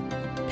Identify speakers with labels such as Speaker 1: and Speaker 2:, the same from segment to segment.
Speaker 1: แถ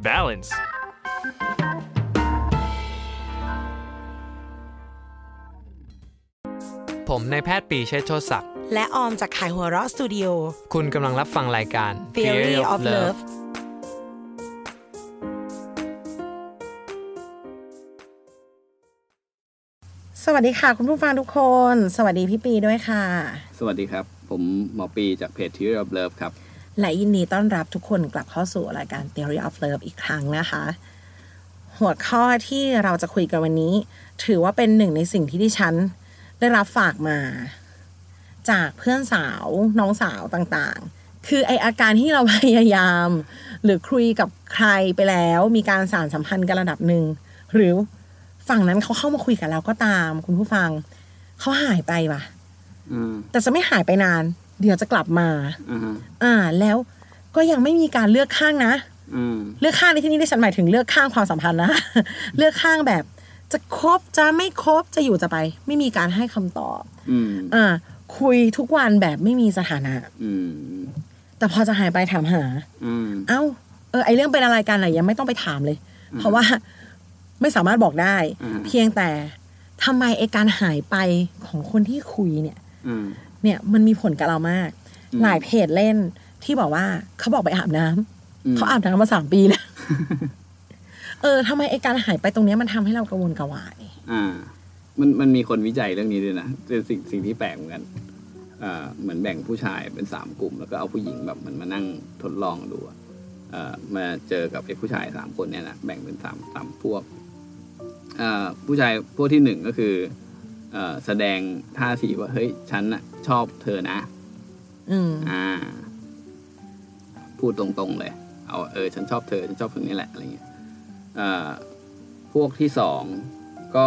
Speaker 2: balance.
Speaker 3: ผมนายแพทย์ปรีเชษฐ์โชติศักดิ์
Speaker 4: และออมจากขายหัวเราะสตูดิโอ
Speaker 3: คุณกำลังรับฟังรายการ
Speaker 4: Theory of Love สวัสดีค่ะคุณผู้ฟังทุกคน สวัสดีพี่ปีด้วยค่ะ
Speaker 5: สวัสดีครับ ผมหมอปีจากเพจทีรับเลิฟครับ
Speaker 4: และยินดีต้อนรับทุกคนกลับเข้าสู่รายการ Theory of Love อีกครั้งนะคะ หัวข้อที่เราจะคุยกันวันนี้ ถือว่าเป็นหนึ่งในสิ่งที่ดิฉัน ได้รับฝากมา จากเพื่อนสาวน้องสาวต่างๆ คือไออาการที่เรา พยายาม หรือคุยกับใครไปแล้ว มีการสารสัมพันธ์กันระดับหนึ่ง หรือฝั่งนั้นเขาเข้ามาคุยกับเราก็ตาม คุณผู้ฟังเขาหายไปว่ะ
Speaker 5: อืม
Speaker 4: แต่จะไม่หายไปนาน เดี๋ยวจะกลับมา
Speaker 5: อืม
Speaker 4: อ่าแล้วก็ยังไม่มีการเลือกข้างนะ
Speaker 5: อืม
Speaker 4: เลือกข้างในที่นี้ที่ฉันหมายถึงเลือกข้างความสัมพันธ์นะ เลือกข้างแบบ จะคบจะไม่คบจะอยู่จะไป ไม่มีการให้คำตอบ
Speaker 5: อืม
Speaker 4: อ่า คุยทุกวันแบบไม่มีสถานะ
Speaker 5: อืม
Speaker 4: แต่พอจะหายไปถามหา
Speaker 5: อืม
Speaker 4: เอ้า เออไอเรื่องเป็นอะไรกันอะไรยังไม่ต้องไปถามเลย เพราะว่า ไม่สามารถบอกได้ เพียงแต่ทำไมไอการหายไปของคนที่คุยเนี่ย
Speaker 5: อืม
Speaker 4: เนี่ยมันมีผลกับเรามาก
Speaker 5: อืม
Speaker 4: หลายเพจเล่นที่บอกว่าเขาบอกไปอาบน้ำ
Speaker 5: อืม
Speaker 4: เขาอาบน้ำมาสามปี แล้ว เออทำไมไอการหายไปตรงเนี้ยมันทำให้เรากังวลกระวาย
Speaker 5: อ่า มันมันมีคนวิจัยเรื่องนี้ด้วยนะเป็นสิ่งสิ่งที่แปลกเหมือนกันอ่าเหมือนแบ่งผู้ชายเป็นสามกลุ่ม แล้วก็เอาผู้หญิงแบบมันมานั่งทดลองดูอะเอ่อมาเจอกับไอ้ผู้ชายสามคนเนี่ยนะแบ่งเป็นสามสามพวกอ่าผู้ชายพวกที่หนึ่งก็คือเอ่อแสดงท่าทีว่าเฮ้ยฉันน่ะชอบเธอนะ
Speaker 4: อืม
Speaker 5: อ่า พูดตรงๆเลย เอาเออ ฉันชอบเธอ ฉันชอบคนนี้แหละ อะไรเงี้ยเอ่อพวกที่สองก็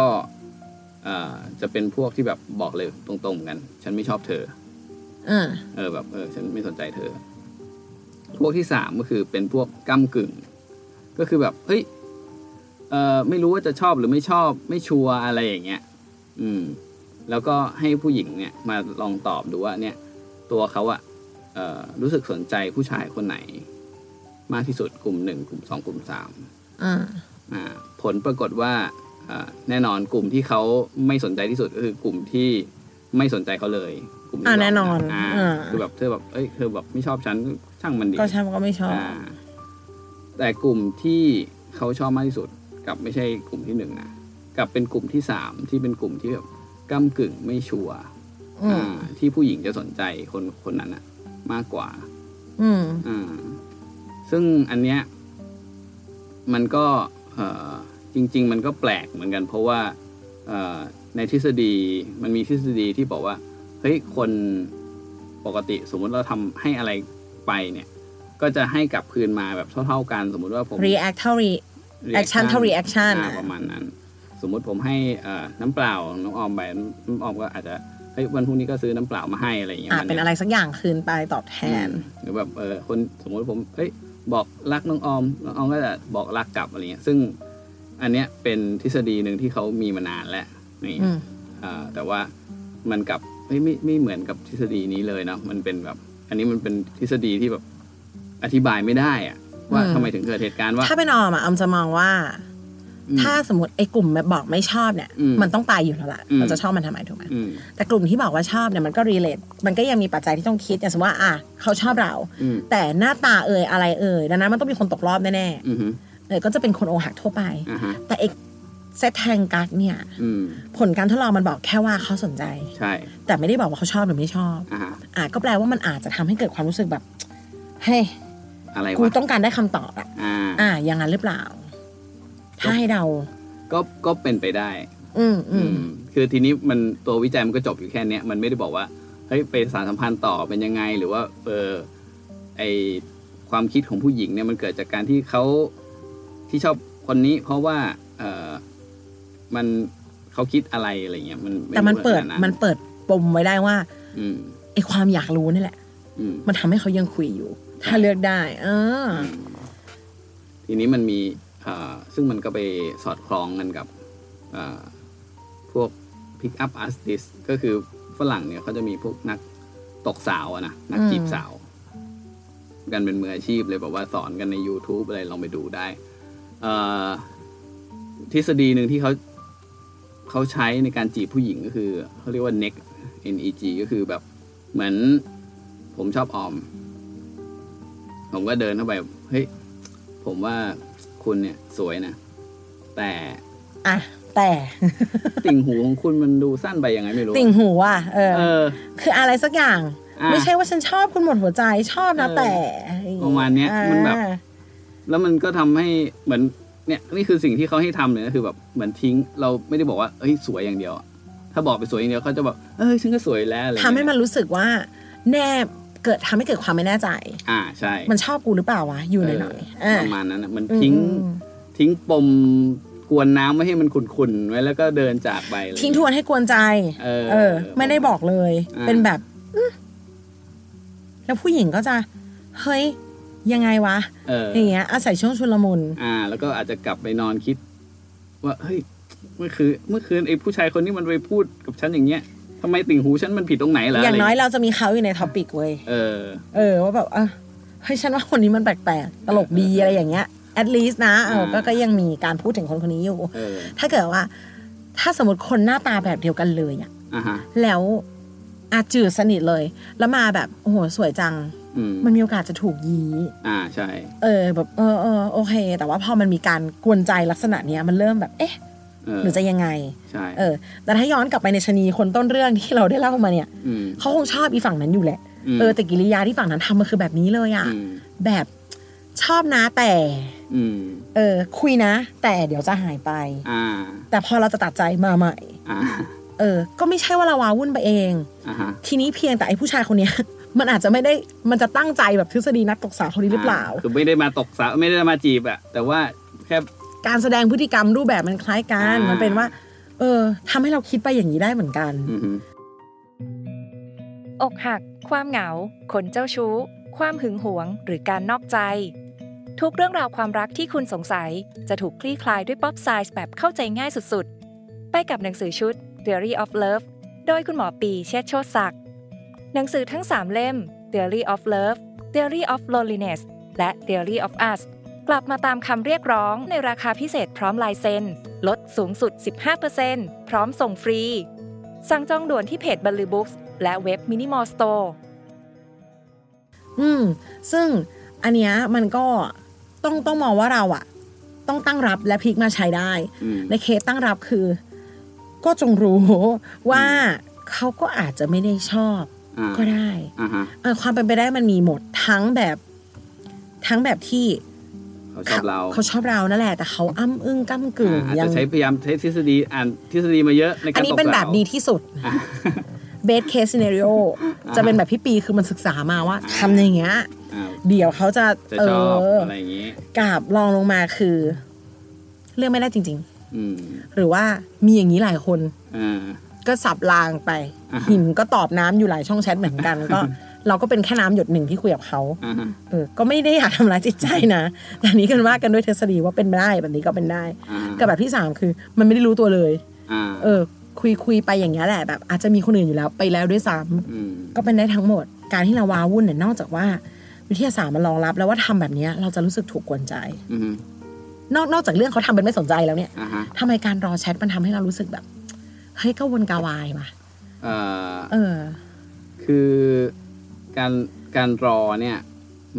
Speaker 5: เอ่อจะเป็นพวกที่แบบบอกเลยตรงๆกัน ฉันไม่ชอบเธอ
Speaker 4: อ่า
Speaker 5: เออแบบเออฉันไม่สนใจเธอ พวกที่สามก็คือเป็นพวกก้ากึ่ง ก็คือแบบเฮ้ยเออไม่รู้ว่าจะชอบหรือไม่ชอบไม่ชัวร์อะไรอย่างเงี้ยอืม แล้วก็ให้ผู้หญิงเนี่ยมาลองตอบดูว่าเนี่ย ตัวเขาอะเอ่อรู้สึกสนใจผู้ชายคนไหน มากที่สุดกลุ่มหนึ่งกลุ่มสองกลุ่มสาม
Speaker 4: อ่า
Speaker 5: อ่าผลปรากฏว่าอ่าแน่นอนกลุ่มที่เขาไม่สนใจที่สุดก็คือกลุ่มที่ไม่สนใจเขาเลย กลุ่มที่
Speaker 4: อ่า
Speaker 5: สง
Speaker 4: แน่นอนะ
Speaker 5: อ่า
Speaker 4: อ่า
Speaker 5: คือแบบเธอแบบเอ้ยเธอแบบไม่ชอบฉันช่างมันดี
Speaker 4: ก็ใช่มันก็ไม่ชอบ
Speaker 5: อ่าแต่กลุ่มที่เขาชอบมากที่สุดกลับไม่ใช่กลุ่มที่หนึ่งนะกลับเป็นกลุ่มที่สามที่เป็นกลุ่มที่แบบก้ากึ่งไม่ชัวร์
Speaker 4: อืม
Speaker 5: อ่าที่ผู้หญิงจะสนใจคนคนนั้นอะมากกว่า
Speaker 4: อืม
Speaker 5: อ่าซึ่งอันเนี้ยมันก็เอ่อจริง ๆ มันก็แปลกเหมือนกัน เพราะว่าเอ่อในทฤษฎีมันมีทฤษฎีที่บอกว่าเฮ้ยคนปกติสมมุติเราทำให้อะไรไปเนี่ย ก็จะให้กลับคืนมาแบบเท่า ๆกัน สมมุติว่าผม
Speaker 4: react เท่า re action เท่า reaction
Speaker 5: อ่า
Speaker 4: อ่ะ
Speaker 5: ประมาณนั้น สมมุติผมให้เอ่อน้ำเปล่าน้องออมไปน้องออมก็อาจจะเฮ้ยวันพรุ่งนี้ก็ซื้อน้ำเปล่ามาให้อะไรอย่างเงี้ย
Speaker 4: อ่า
Speaker 5: มัน
Speaker 4: เป็น
Speaker 5: เนี่ย
Speaker 4: อะไรสักอย่างคืนไปตอบแทน
Speaker 5: อืมหรือแบบเออคนสมมติผมเอ้ยบอกรักน้องออมน้องออมก็จะบอกรักกลับอะไรเงี้ยซึ่งอันเนี้ยเป็นทฤษฎีหนึ่งที่เขามีมานานแล้วนี่
Speaker 4: อืม
Speaker 5: อ่าแต่ว่ามันกลับเฮ้ยไม่ไม่เหมือนกับทฤษฎีนี้เลยเนาะมันเป็นแบบ อันนี้มันเป็นทฤษฎีที่แบบอธิบายไม่ได้อะว่า
Speaker 4: อืม
Speaker 5: ทำไมถึงเกิดเหตุการณ์ว่า
Speaker 4: ถ้าเป็นออมอ่ะออมจะมองว่า
Speaker 5: อืม
Speaker 4: ถ้าสมมติไอกลุ่มแบบบอกไม่ชอบเนี่ย
Speaker 5: อืม
Speaker 4: มันต้องตายอยู่แล้วล่ะ
Speaker 5: อืม
Speaker 4: เราจะชอบมันทำไมถูกไหม
Speaker 5: อืม
Speaker 4: แต่กลุ่มที่บอกว่าชอบเนี่ยมันก็ relate มันก็ยังมีปัจจัยที่ต้องคิดอย่างสมมติว่าอ่ะเขาชอบเรา
Speaker 5: อืม
Speaker 4: แต่หน้าตาเอ่ยอะไรเอ่ยดังนั้นมันต้องมีคนตกรอบแน่ๆ
Speaker 5: อืม
Speaker 4: เ เลยก็จะเป็นคนโอหักทั่วไป
Speaker 5: อ่าฮะ
Speaker 4: แต่เอกเซตแทงการ์ดเนี่ย
Speaker 5: อืม
Speaker 4: ผลการทดลองมันบอกแค่ว่าเขาสนใจ
Speaker 5: ใช่
Speaker 4: แต่ไม่ได้บอกว่าเขาชอบหรือไม่ชอบ
Speaker 5: อ่าฮะ
Speaker 4: อ่ะก็แปลว่ามันอาจจะทำให้เกิดความรู้สึกแบบ เฮ้ย
Speaker 5: อะไร
Speaker 4: กู
Speaker 5: วะ
Speaker 4: ต้องการได้คำตอบอะ
Speaker 5: อ่า
Speaker 4: อ่ะอย่างนั้นหรือเปล่า ถ้าให้เดา
Speaker 5: ก็ก็เป็นไปได้
Speaker 4: อืมอื
Speaker 5: อื
Speaker 4: ม
Speaker 5: ม คือทีนี้มันตัววิจัยมันก็จบอยู่แค่เนี้ยมันไม่ได้บอกว่าเฮ้ยไปสารสัมพันธ์ต่อเป็นยังไง หรือว่าเออไอความคิดของผู้หญิงเนี่ยมันเกิดจากการที่เขาที่ชอบคนนี้ เพราะว่าเออมันเขาคิดอะไรอะไรเงี้ยมันไ
Speaker 4: แต่มัน
Speaker 5: รู้
Speaker 4: เปิด
Speaker 5: ขา
Speaker 4: มันเปิดปมไว้ได้ว่า
Speaker 5: อืม
Speaker 4: ไอความอยากรู้นี่แหละ
Speaker 5: อืม
Speaker 4: มันทำให้เขายังคุยอยู่ ถ้า
Speaker 5: ใช่
Speaker 4: เลือกได้ เออ
Speaker 5: ทีนี้มันมีเอ่อซึ่งมันก็ไปสอดคล้องกันกับเอ่อพวก pick up artist ก็คือฝรั่งเนี่ยเขาจะมีพวกนักตกสาวอะนะ นัก
Speaker 4: อืม
Speaker 5: จีบสาว กันเป็นมืออาชีพเลยแบบว่าสอนกันใน YouTube อะไรลองไปดูได้เอ่อทฤษฎีหนึ่งที่เขาเขาใช้ในการจีบผู้หญิงก็คือ เขาเรียกว่า neck neg ก็คือแบบเหมือนผมชอบออม ผมก็เดินเข้าไปเฮ้ย ผมว่าคุณเนี่ยสวยนะ แต่
Speaker 4: อ่ะแต่
Speaker 5: ติ่งหูของคุณมันดูสั้นไปยังไงไม่รู้อะ
Speaker 4: ติ่งหูอ่ะเออ
Speaker 5: เออ
Speaker 4: คืออะไรสักอย่าง
Speaker 5: อ่ะ
Speaker 4: ไม่ใช่ว่าฉันชอบคุณหมดหัวใจชอบนะ
Speaker 5: เออ
Speaker 4: แต่
Speaker 5: ประมาณเนี้ย
Speaker 4: อ่
Speaker 5: มันแบบ แล้วมันก็ทำให้เหมือนเนี่ยนี่คือสิ่งที่เขาให้ทำเลยนะคือแบบเหมือนทิ้ง เราไม่ได้บอกว่าเอ้ยสวยอย่างเดียวอะถ้าบอกไปสวยอย่างเดียวเขาจะแบบเอ้ยฉันก็สวยแล้วอะไรเงี้ย
Speaker 4: ทำให้มันรู้สึกว่า แน่เกิดทำให้เกิดความไม่แน่ใจ
Speaker 5: อ่าใช่
Speaker 4: มันชอบกูหรือเปล่าวะ อยู่หน่
Speaker 5: เอ
Speaker 4: อยๆ
Speaker 5: อ
Speaker 4: อ่ะ
Speaker 5: ประมาณนั้นนะมัน
Speaker 4: อืม
Speaker 5: ทิ้ง
Speaker 4: อืม
Speaker 5: ทิ้งปมกวนน้ำไม่ให้มันขุ่นๆไว้แล้วก็เดินจากไปอะไร
Speaker 4: ทิ้งทวนให้กวนใจ
Speaker 5: เออ
Speaker 4: เออ ไม่ได้บอกเลย
Speaker 5: อ่ะ
Speaker 4: เป็นแบบอื้อแล้วผู้หญิงก็จะ เฮ้ย ยังไงวะ
Speaker 5: เออ
Speaker 4: อย่างเงี้ยอาศัยช่วงชุลมุน
Speaker 5: อ่า แล้วก็อาจจะกลับไปนอนคิด ว่าเฮ้ยเมื่อคืนเมื่อคืนไอ้ผู้ชายคนนี้มันไปพูดกับฉันอย่างเงี้ยทำไมติ่งหูฉันมันผิดตรงไหนเหรอ
Speaker 4: อ
Speaker 5: อะไร
Speaker 4: ย่าง
Speaker 5: เงี้ย
Speaker 4: น้อยเราจะมีเขาอยู่ในท็อปิกเว้ย
Speaker 5: เออ
Speaker 4: เออว่าแบบเออเฮ้ยฉันว่าคนนี้มันแปลกๆ ตลกดีอะไรอย่างเงี้ย at least นะเออก็
Speaker 5: อ่า
Speaker 4: ก็ยังมีการพูดถึงคนคนนี้อยู่
Speaker 5: เออ
Speaker 4: ถ้าเกิดว่า ถ้าสมมติคนหน้าตาแบบเดียวกันเลยอะ
Speaker 5: อ่ะฮะ
Speaker 4: แล้วอาจืดสนิทเลย แล้วมาแบบโอ้โหสวยจัง
Speaker 5: อืม
Speaker 4: มันมีโอกาสจะถูกยี้
Speaker 5: อ่าใช่
Speaker 4: เออ แบบเออเออโอเค แต่ว่าพอมันมีการกวนใจลักษณะเนี้ยมันเริ่มแบบเอ๊ะ
Speaker 5: เออ
Speaker 4: หรือจะยังไง
Speaker 5: ใช่
Speaker 4: เออ แต่ถ้าย้อนกลับไปในชะนีคนต้นเรื่องที่เราได้เล่ามาเนี่ย
Speaker 5: อืม
Speaker 4: เขาคงชอบอีฝั่งนั้นอยู่แหละ
Speaker 5: ม
Speaker 4: เออแต่กิริยาที่ฝั่งนั้นทำมันคือแบบนี้เลยอะ
Speaker 5: อืม
Speaker 4: แบบชอบนะแต่
Speaker 5: อืม
Speaker 4: เออ คุยนะ แต่เดี๋ยวจะหายไป
Speaker 5: อ่า
Speaker 4: แต่พอเราจะตัดใจมาใหม่
Speaker 5: อ่า
Speaker 4: เออ ก็ไม่ใช่ว่าเราวาวุ่นไปเอง
Speaker 5: อ่าฮะ
Speaker 4: ทีนี้เพียงแต่ไอ้ผู้ชายคนเนี้ย มันอาจจะไม่ได้มันจะตั้งใจแบบทฤษฎีนักตกสาวคนนี้หรือเปล่า
Speaker 5: คือไม่ได้มาตกสาวไม่ได้มาจีบอะแต่ว่าแค่
Speaker 4: การแสดงพฤติกรรมรูปแบบมันคล้ายกัน
Speaker 5: อ่ามั
Speaker 4: มันเป็นว่า เออทำให้เราคิดไปอย่างนี้ได้เหมือนกัน
Speaker 5: อืมฮึ
Speaker 6: อกหัก ความเหงา คนเจ้าชู้ ความหึงหวง หรือการนอกใจ ทุกเรื่องราวความรักที่คุณสงสัย จะถูกคลี่คลายด้วยป๊อปไซส์แบบเข้าใจง่ายสุดๆ ไปกับหนังสือชุด Theory of Love โดยคุณหมอปีเชษฐ์โชติศักดิ์หนังสือทั้ง 3 เล่ม Theory of Love Theory of Loneliness และ Theory of Us กลับมาตามคำเรียกร้องในราคาพิเศษพร้อมลายเซ็นลดสูงสุด 15%พร้อมส่งฟรี สั่งจองด่วนที่เพจบัลลือบุ๊กและเว็บมินิมอลสโตร์
Speaker 4: อืม ซึ่งอันเนี้ยมันก็ต้องต้องมองว่าเราอะต้องตั้งรับและพลิกมาใช้ได้
Speaker 5: อืม
Speaker 4: ในเคสตั้งรับคือ ก็จงรู้ว่าเขาก็อาจจะไม่ได้ชอบ
Speaker 5: อ่า
Speaker 4: ก็ได้
Speaker 5: อ่าฮะ
Speaker 4: เออความเป็นไปได้มันมีหมดทั้งแบบทั้งแบบที่
Speaker 5: เขาชอบเรา
Speaker 4: เขาชอบเรานั่นแหละ แต่เขาอ้ำอึ้งก้ากึ่ง
Speaker 5: อ่าอาจ
Speaker 4: ยั
Speaker 5: จะ
Speaker 4: ง
Speaker 5: ใช้พยายามใช้ทฤษฎีอ่านทฤษฎีมาเยอะในการตก
Speaker 4: อั
Speaker 5: สาวอั
Speaker 4: นนี้เป็นแบบดีที่สุดเบสเคสซีเนริโอจะเป็นแบบพี่ปีคือมันศึกษามาว่า
Speaker 5: อ่า
Speaker 4: ทำอย่างเงี้ย เดี๋ยวเขาจะ
Speaker 5: จะ
Speaker 4: เอ
Speaker 5: ชอบ
Speaker 4: อ
Speaker 5: อะไรอย่างงี้
Speaker 4: กับลองลงมาคือ เรื่องไม่ได้จริง
Speaker 5: อืม
Speaker 4: ๆ หรือว่ามีอย่างนี้หลายคน
Speaker 5: อ่า
Speaker 4: ก็สับรางไป
Speaker 5: อ่าฮะ
Speaker 4: หินก็ตอบน้ำอยู่หลายช่องแชทเหมือนกัน ก็ เราก็เป็นแค่น้ำหยดหนึ่งที่คุยกับเขา
Speaker 5: อ่าฮะ
Speaker 4: เออก็ไม่ได้อยากทำร้ายจิตใจนะแต่อันนี้กันว่ากันด้วยทฤษฎีว่าเป็นได้แบบนี้ก็เป็นได้
Speaker 5: อ่า
Speaker 4: กับแบบที่สามคือ มันไม่ได้รู้ตัวเลย
Speaker 5: อ่า
Speaker 4: เออ คุยคุยไปอย่างนี้ยแหละแบบ อาจจะมีคนอื่นอยู่แล้วไปแล้วด้วยซ้
Speaker 5: ม
Speaker 4: ำก็เป็นได้ทั้งหมด การที่เราว้าวุ่นเนี่ยนอกจากว่า วิทยาศาสตร์มันรองรับ แล้วว่าทำแบบเนี้ยเราจะรู้สึกถูกกวนใจ
Speaker 5: อืม
Speaker 4: นอกนอกจากเรื่องเขาทำเป็นไม่สนใจแล้วเนี่ย
Speaker 5: อ่าฮะ
Speaker 4: ทำไมการรอแชทมันทำให้เรารู้สึกแบบเฮ้ยก็วนกาวายว่ะ
Speaker 5: เอ่อ
Speaker 4: เออ
Speaker 5: คือการการรอเนี่ย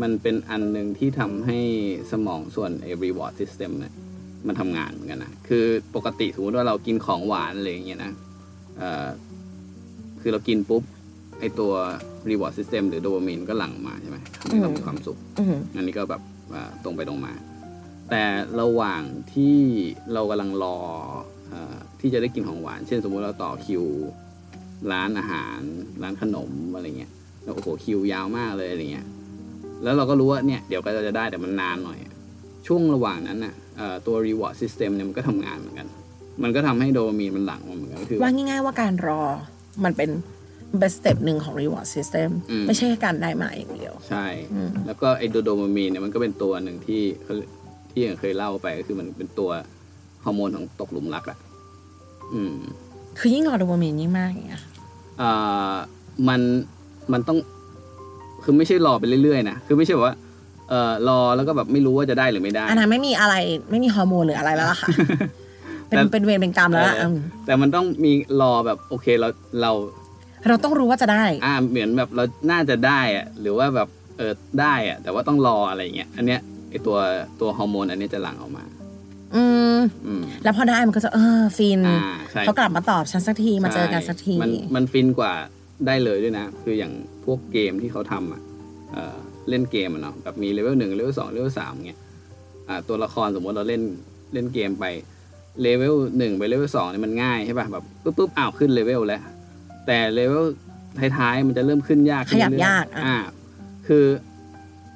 Speaker 5: มันเป็นอันหนึ่งที่ทำให้สมองส่วนไอ้ reward system เนี่ยมันทำงานเหมือนกันนะ คือปกติสมมติว่าเรากินของหวานอะไรอย่างเงี้ยนะเอ่อคือเรากินปุ๊บ ไอ้ตัว reward system หรือโดปามีนก็หลั่งมาใช่ไหมทำให้เรามีความสุข
Speaker 4: อืม
Speaker 5: อันนี้ก็แบบอ่าตรงไปตรงมา แต่ระหว่างที่เรากำลังรอเออที่จะได้กินของหวาน เช่นสมมุติเราต่อคิวร้านอาหาร ร้านขนมอะไรเงี้ยแล้วโอ้โหคิวยาวมากเลยอะไรเงี้ยแล้วเราก็รู้ว่าเนี่ยเดี๋ยวก็จะได้แต่มันนานหน่อย ช่วงระหว่างนั้นน่ะเอ่อตัว reward system เนี่ยมันก็ทำงานเหมือนกัน มันก็ทำให้โดปามีนมันหลั่งมาเหมือนกันก็คือ
Speaker 4: ว่าง่ายๆว่าการรอมันเป็น best step หนึ่งของ reward system
Speaker 5: อืม
Speaker 4: ไม่ใช่แค่การได้มาอย่างเดียว
Speaker 5: ใช่
Speaker 4: อืม
Speaker 5: แล้วก็ไอโดโดมามีนเนี่ยมันก็เป็นตัวหนึ่งที่เขาที่อย่างเคยเล่าไปก็คือมันเป็นตัวฮอร์โมนของตกหลุมรักอะอืม
Speaker 4: คือยิ่งรอโดปามีนยิ่งมากอย่างเงี้ย
Speaker 5: อ่ามันมันต้องคือไม่ใช่รอไปเรื่อยๆนะคือไม่ใช่แบบว่าเออรอแล้วก็แบบไม่รู้ว่าจะได้หรือไม่ได้
Speaker 4: อันนั้นไม่มีอะไรไม่มีฮอร์โมนหรืออะไรแล้วล่ะ ค่ะ เป็น
Speaker 5: แต่
Speaker 4: เป็นเวรเป็นกรรมแล้วล่ะ
Speaker 5: เออ
Speaker 4: ม
Speaker 5: แต่มันต้องมีรอแบบโอเคเราเรา
Speaker 4: เราต้องรู้ว่าจะได้
Speaker 5: อ่าเหมือนแบบเราน่าจะได้อะหรือว่าแบบเออได้อะแต่ว่าต้องรออะไรอย่างเงี้ยอันเนี้ยไอตัวตัวฮอร์โมนอันเนี้ยจะหลั่งออกมา
Speaker 4: อืม
Speaker 5: อืม
Speaker 4: แล้วพอได้มันก็จะเออฟิน
Speaker 5: อ่าใช่
Speaker 4: เขากลับมาตอบฉันสักทีมาเจอกันสักที
Speaker 5: ใช่มันมันฟินกว่าได้เลยด้วยนะ คืออย่างพวกเกมที่เขาทำอ่ะเอ่อเล่นเกมอ่ะเนาะแบบมีเลเวลหนึ่งเลเวลสองเลเวลสามเงี้ยอ่าตัวละครสมมติเราเล่นเล่นเกมไปเลเวลหนึ่งไปเลเวลสองเนี่ยมันง่ายใช่ป่ะแบบปุ๊บปุ๊บอ้าวขึ้นเลเวลแล้ว แต่เลเวลท้ายๆมันจะเริ่มขึ้นยากขึ้น
Speaker 4: ขยับ
Speaker 5: เรื่อย
Speaker 4: าก
Speaker 5: ๆ
Speaker 4: อ่ะ
Speaker 5: อ่าคือ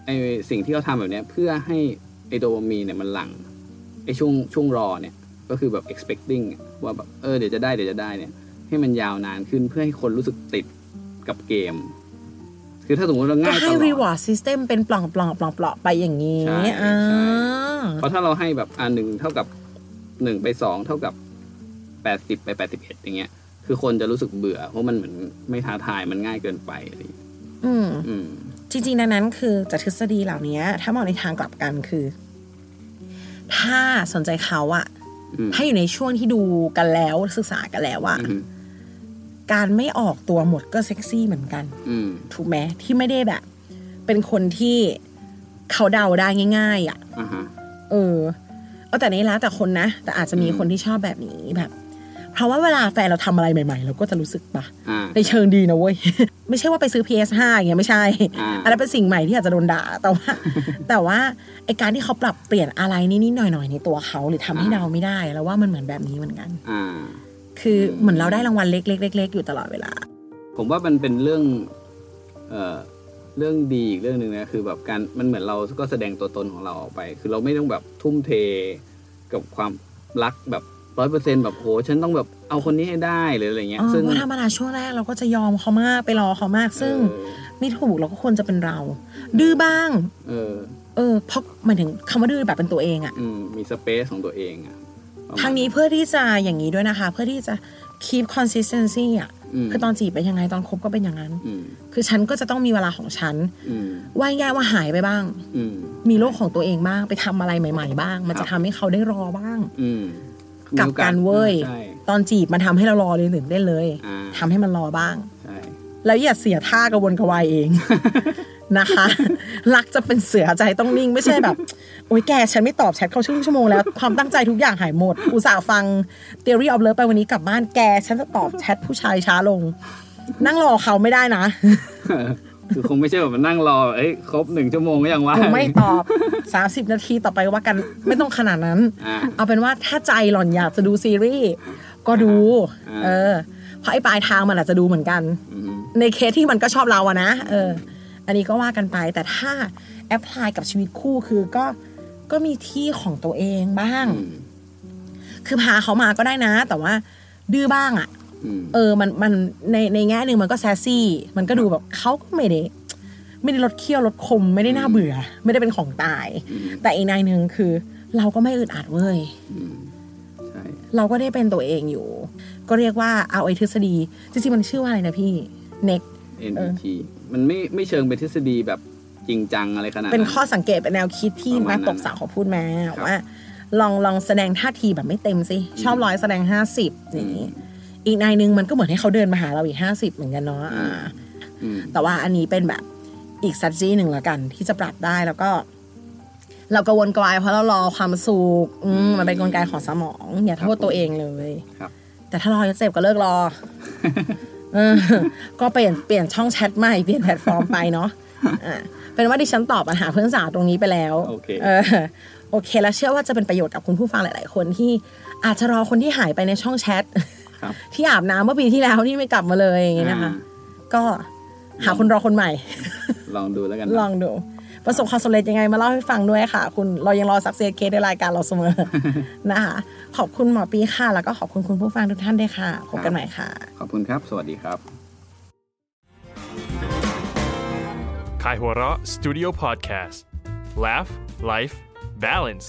Speaker 5: ไอสิ่งที่เขาทำแบบเนี้ยเพื่อให้ไอโดปามีนเนี่ยมันหลั่งไอช่วงช่วงรอเนี่ยก็คือแบบ expecting ว่าแบบเออเดี๋ยวจะได้เดี๋ยวจะได้เนี่ย ให้มันยาวนานขึ้นเพื่อให้คนรู้สึกติดกับเกม คือถ้าสมมติเรา
Speaker 4: ก็
Speaker 5: ง่ายต
Speaker 4: ให้
Speaker 5: ลอด
Speaker 4: reward system เป็นปล่องปล่องปล่องปล่องไปอย่างนี้
Speaker 5: ใช่ใช่
Speaker 4: อ่า
Speaker 5: เพราะถ้าเราให้แบบอันหนึ่งเท่ากับหนึ่งไปสองเท่ากับแปดสิบไปแปดสิบเอ็ดอย่างเงี้ย คือคนจะรู้สึกเบื่อ เพราะมันเหมือนไม่ท้าทายมันง่ายเกินไปอะไรอย่างเงี้ย
Speaker 4: อืม
Speaker 5: อืม
Speaker 4: จริงๆดังนั้นคือจากทฤษฎีเหล่านี้ถ้ามองในทางกลับกันคือ ถ้าสนใจเขาอะ
Speaker 5: อืม
Speaker 4: ให้อยู่ในช่วงที่ดูกันแล้วศึกษากันแล้วอะ
Speaker 5: อืม
Speaker 4: การไม่ออกตัวหมดก็เซ็กซี่เหมือนกัน
Speaker 5: อืม
Speaker 4: ถูกไหมที่ไม่ได้แบบ เป็นคนที่เขาเดาได้ง่ายๆอะ
Speaker 5: อ่าฮะ
Speaker 4: เออเอาแต่นี้แล้วแต่คนนะ แต่อาจจะมี
Speaker 5: อืม
Speaker 4: คนที่ชอบแบบนี้แบบ เพราะว่าเวลาแฟนเราทำอะไรใหม่ ๆ เราก็จะรู้สึกปะ
Speaker 5: อ่า
Speaker 4: ในเชิงดีนะเว้ย ไม่ใช่ว่าไปซื้อ PS5 อย่างเงี้ยไม่ใช่
Speaker 5: อ่า
Speaker 4: อันนั้นเป็นสิ่งใหม่ที่อาจจะโดนด่า แต่ ว่า แต่ว่าไอการที่เขาปรับเปลี่ยนอะไรนิดๆหน่อยๆในตัวเขาหรือทำให้เราไม่ได้ แล้วว่ามันเหมือนแบบนี้เหมือนกัน
Speaker 5: อ่า
Speaker 4: คือเหมือนเราได้รางวัลเล็กๆๆๆอยู่ตลอดเวลา
Speaker 5: ผมว่ามันเป็นเรื่อง เอ่อ เรื่องดีอีกเรื่องหนึ่งนะ คือแบบการ มันเหมือนเราก็แสดงตัวตนของเราออกไป คือเราไม่ต้องแบบทุ่มเทกับความรักแบบร้อยเปอร์เซ็นแบบโห ฉันต้องแบบเอาคนนี้ให้ได้หรืออะไรเงี้ย
Speaker 4: เออ
Speaker 5: ซึ่ง
Speaker 4: เพราะธรรมดาช่วงแรกเราก็จะยอมเขามากไปรอเขามาก ซึ่ง
Speaker 5: เออ
Speaker 4: ไม่ถูกเราก็ควรจะเป็นเรา ดื้อบ้าง
Speaker 5: เออ
Speaker 4: เออเพราะหมายถึงคำว่าดื้อแบบเป็นตัวเองอะ
Speaker 5: อืม มีสเปซของตัวเองอะประมาณ
Speaker 4: ทางนี้เพื่อที่จะอย่างนี้ด้วยนะคะ เพื่อที่จะ keep consistency อะ
Speaker 5: ม
Speaker 4: คือตอนจีบเป็นยังไงตอนคบก็เป็นอย่างนั้น
Speaker 5: อืม
Speaker 4: คือฉันก็จะต้องมีเวลาของฉัน
Speaker 5: อืม
Speaker 4: ว่าง่ายๆว่าหายไปบ้าง
Speaker 5: อืม
Speaker 4: มีโลกของตัวเองบ้าง ไปทำอะไรใหม่ ๆ บ้าง มัน
Speaker 5: ครับ
Speaker 4: จะทำให้เขาได้รอบ้าง
Speaker 5: อืม
Speaker 4: กลับกันเว้ย
Speaker 5: ใช่
Speaker 4: ตอนจีบมันทำให้เรารอเลยตื่นได้นเลย
Speaker 5: อ่า
Speaker 4: ทำให้มันรอบ้าง
Speaker 5: ใช่
Speaker 4: แล้วอย่าเสียท่ากระวนกระวายเอง นะคะ รักจะเป็นเสือใจต้องนิ่งไม่ใช่แบบ โอ๊ยแกฉันไม่ตอบแชทเขาชั่วชั่วโมงแล้ว ความตั้งใจทุกอย่างหายหมด อุตส่าห์ฟัง theory of love ไปวันนี้กลับบ้านแก ฉันจะตอบแชทผู้ชายช้าลง นั่งรอเขาไม่ได้นะ
Speaker 5: คือคงไม่ใช่แบบมานั่งรอ เอ้ย ครบหนึ่งชั่วโมงก็ยังว่า
Speaker 4: คงไม่ตอบ 30 นาทีต่อไปว่ากันไม่ต้องขนาดนั้น
Speaker 5: อ่า
Speaker 4: เอาเป็นว่าถ้าใจหล่อนอยากจะดูซีรีส์ก็ดู
Speaker 5: อ่า
Speaker 4: เออ เพราะไอ้ปลายทางมันอาจจะดูเหมือนกัน
Speaker 5: อืม
Speaker 4: ในเคสที่มันก็ชอบเราอะนะเออ อันนี้ก็ว่ากันไปแต่ถ้าแอพพลายกับชีวิตคู่คือก็ก็มีที่ของตัวเองบ้าง
Speaker 5: อืม
Speaker 4: คือพาเขามาก็ได้นะ แต่ว่าดื้อบ้างอะ
Speaker 5: อืม
Speaker 4: เออมันมันในในแง่หนึ่งมันก็แซสซี่ มันก็ดูแบบเขาก็ไม่ได้ไม่ได้ลดเคี้ยวลดคม ไม่ได้น่าเบื่อ ไม่ได้เป็นของตาย
Speaker 5: อืม
Speaker 4: แต่อีกในายหนึ่งคือ เราก็ไม่อึดอัดเว้ย
Speaker 5: อืม ใช่
Speaker 4: เราก็ได้เป็นตัวเองอยู่ ก็เรียกว่าเอาไอทฤษฎีจริงๆมันชื่อว่าอะไรนะพี่เน็ก
Speaker 5: NET มันไม่ไม่เชิงเป็นทฤษฎีแบบจริงจังอะไรขนาด
Speaker 4: เป็นข้อสังเกตเป็นแนวคิดที่
Speaker 5: ประ
Speaker 4: นัก
Speaker 5: มาณนั้น
Speaker 4: ตบสาวเขาพูดมา
Speaker 5: ครับ
Speaker 4: ว่า ลองลองแสดงท่าทีแบบไม่เต็มสิ ชอบร้อยแสดงห้าสิบอย่างนี้ อีกนายหนึงมันก็เหมือนให้เขาเดินมาหาเราอีกห้าสิบเหมือนกันเนาะ
Speaker 5: อืม
Speaker 4: อ่า
Speaker 5: อืม
Speaker 4: แต่ว่าอันนี้เป็นแบบ อีกสัตจี้หนึ่งละกัน ที่จะปรับได้แล้วก็ เรากังวลกวายเพราะเรารอความสุขอืมมันเป็นกลไกของสมองอย่าโทษตัวเองเลย
Speaker 5: ครับ
Speaker 4: แต่ถ้ารอจะเจ็บก็เลิกรอ เออ ก็เปลี่ยนเปลี่ยนช่องแชทใหม่เปลี่ยนแพลตฟอร์มไปเนาะอ่ะเป็นว่าดิฉันตอบปัญหาเพื่อนสาวตรงนี้ไปแล้ว
Speaker 5: โอเค
Speaker 4: อโอเค แล้วเชื่อว่าจะเป็นประโยชน์กับคุณผู้ฟังหลาย ๆ คนที่อาจจะรอคนที่หายไปในช่องแชท
Speaker 5: ครับ
Speaker 4: ที่อาบน้ำเมื่อปีที่แล้วนี่ไม่กลับมาเลยอย่างเงี้ยนะคะ
Speaker 5: อ่า
Speaker 4: ก็หาคนรอคนใหม่
Speaker 5: ลองดูแล้วกัน
Speaker 4: ลองดู ประสบความสำเร็จยังไงมาเล่าให้ฟังด้วยค่ะ คุณเรายังรอซักเซียเคสในรายการเราเสมอ นะคะขอบคุณหมอปีค่ะ แล้วก็ขอบคุณคุณผู้ฟังทุกท่านด้วยค่ะพบกันใหม่ค่ะ
Speaker 5: ขอบคุณครับ สวัสดีครับ
Speaker 2: Kaihura Studio Podcast Laugh Life Balance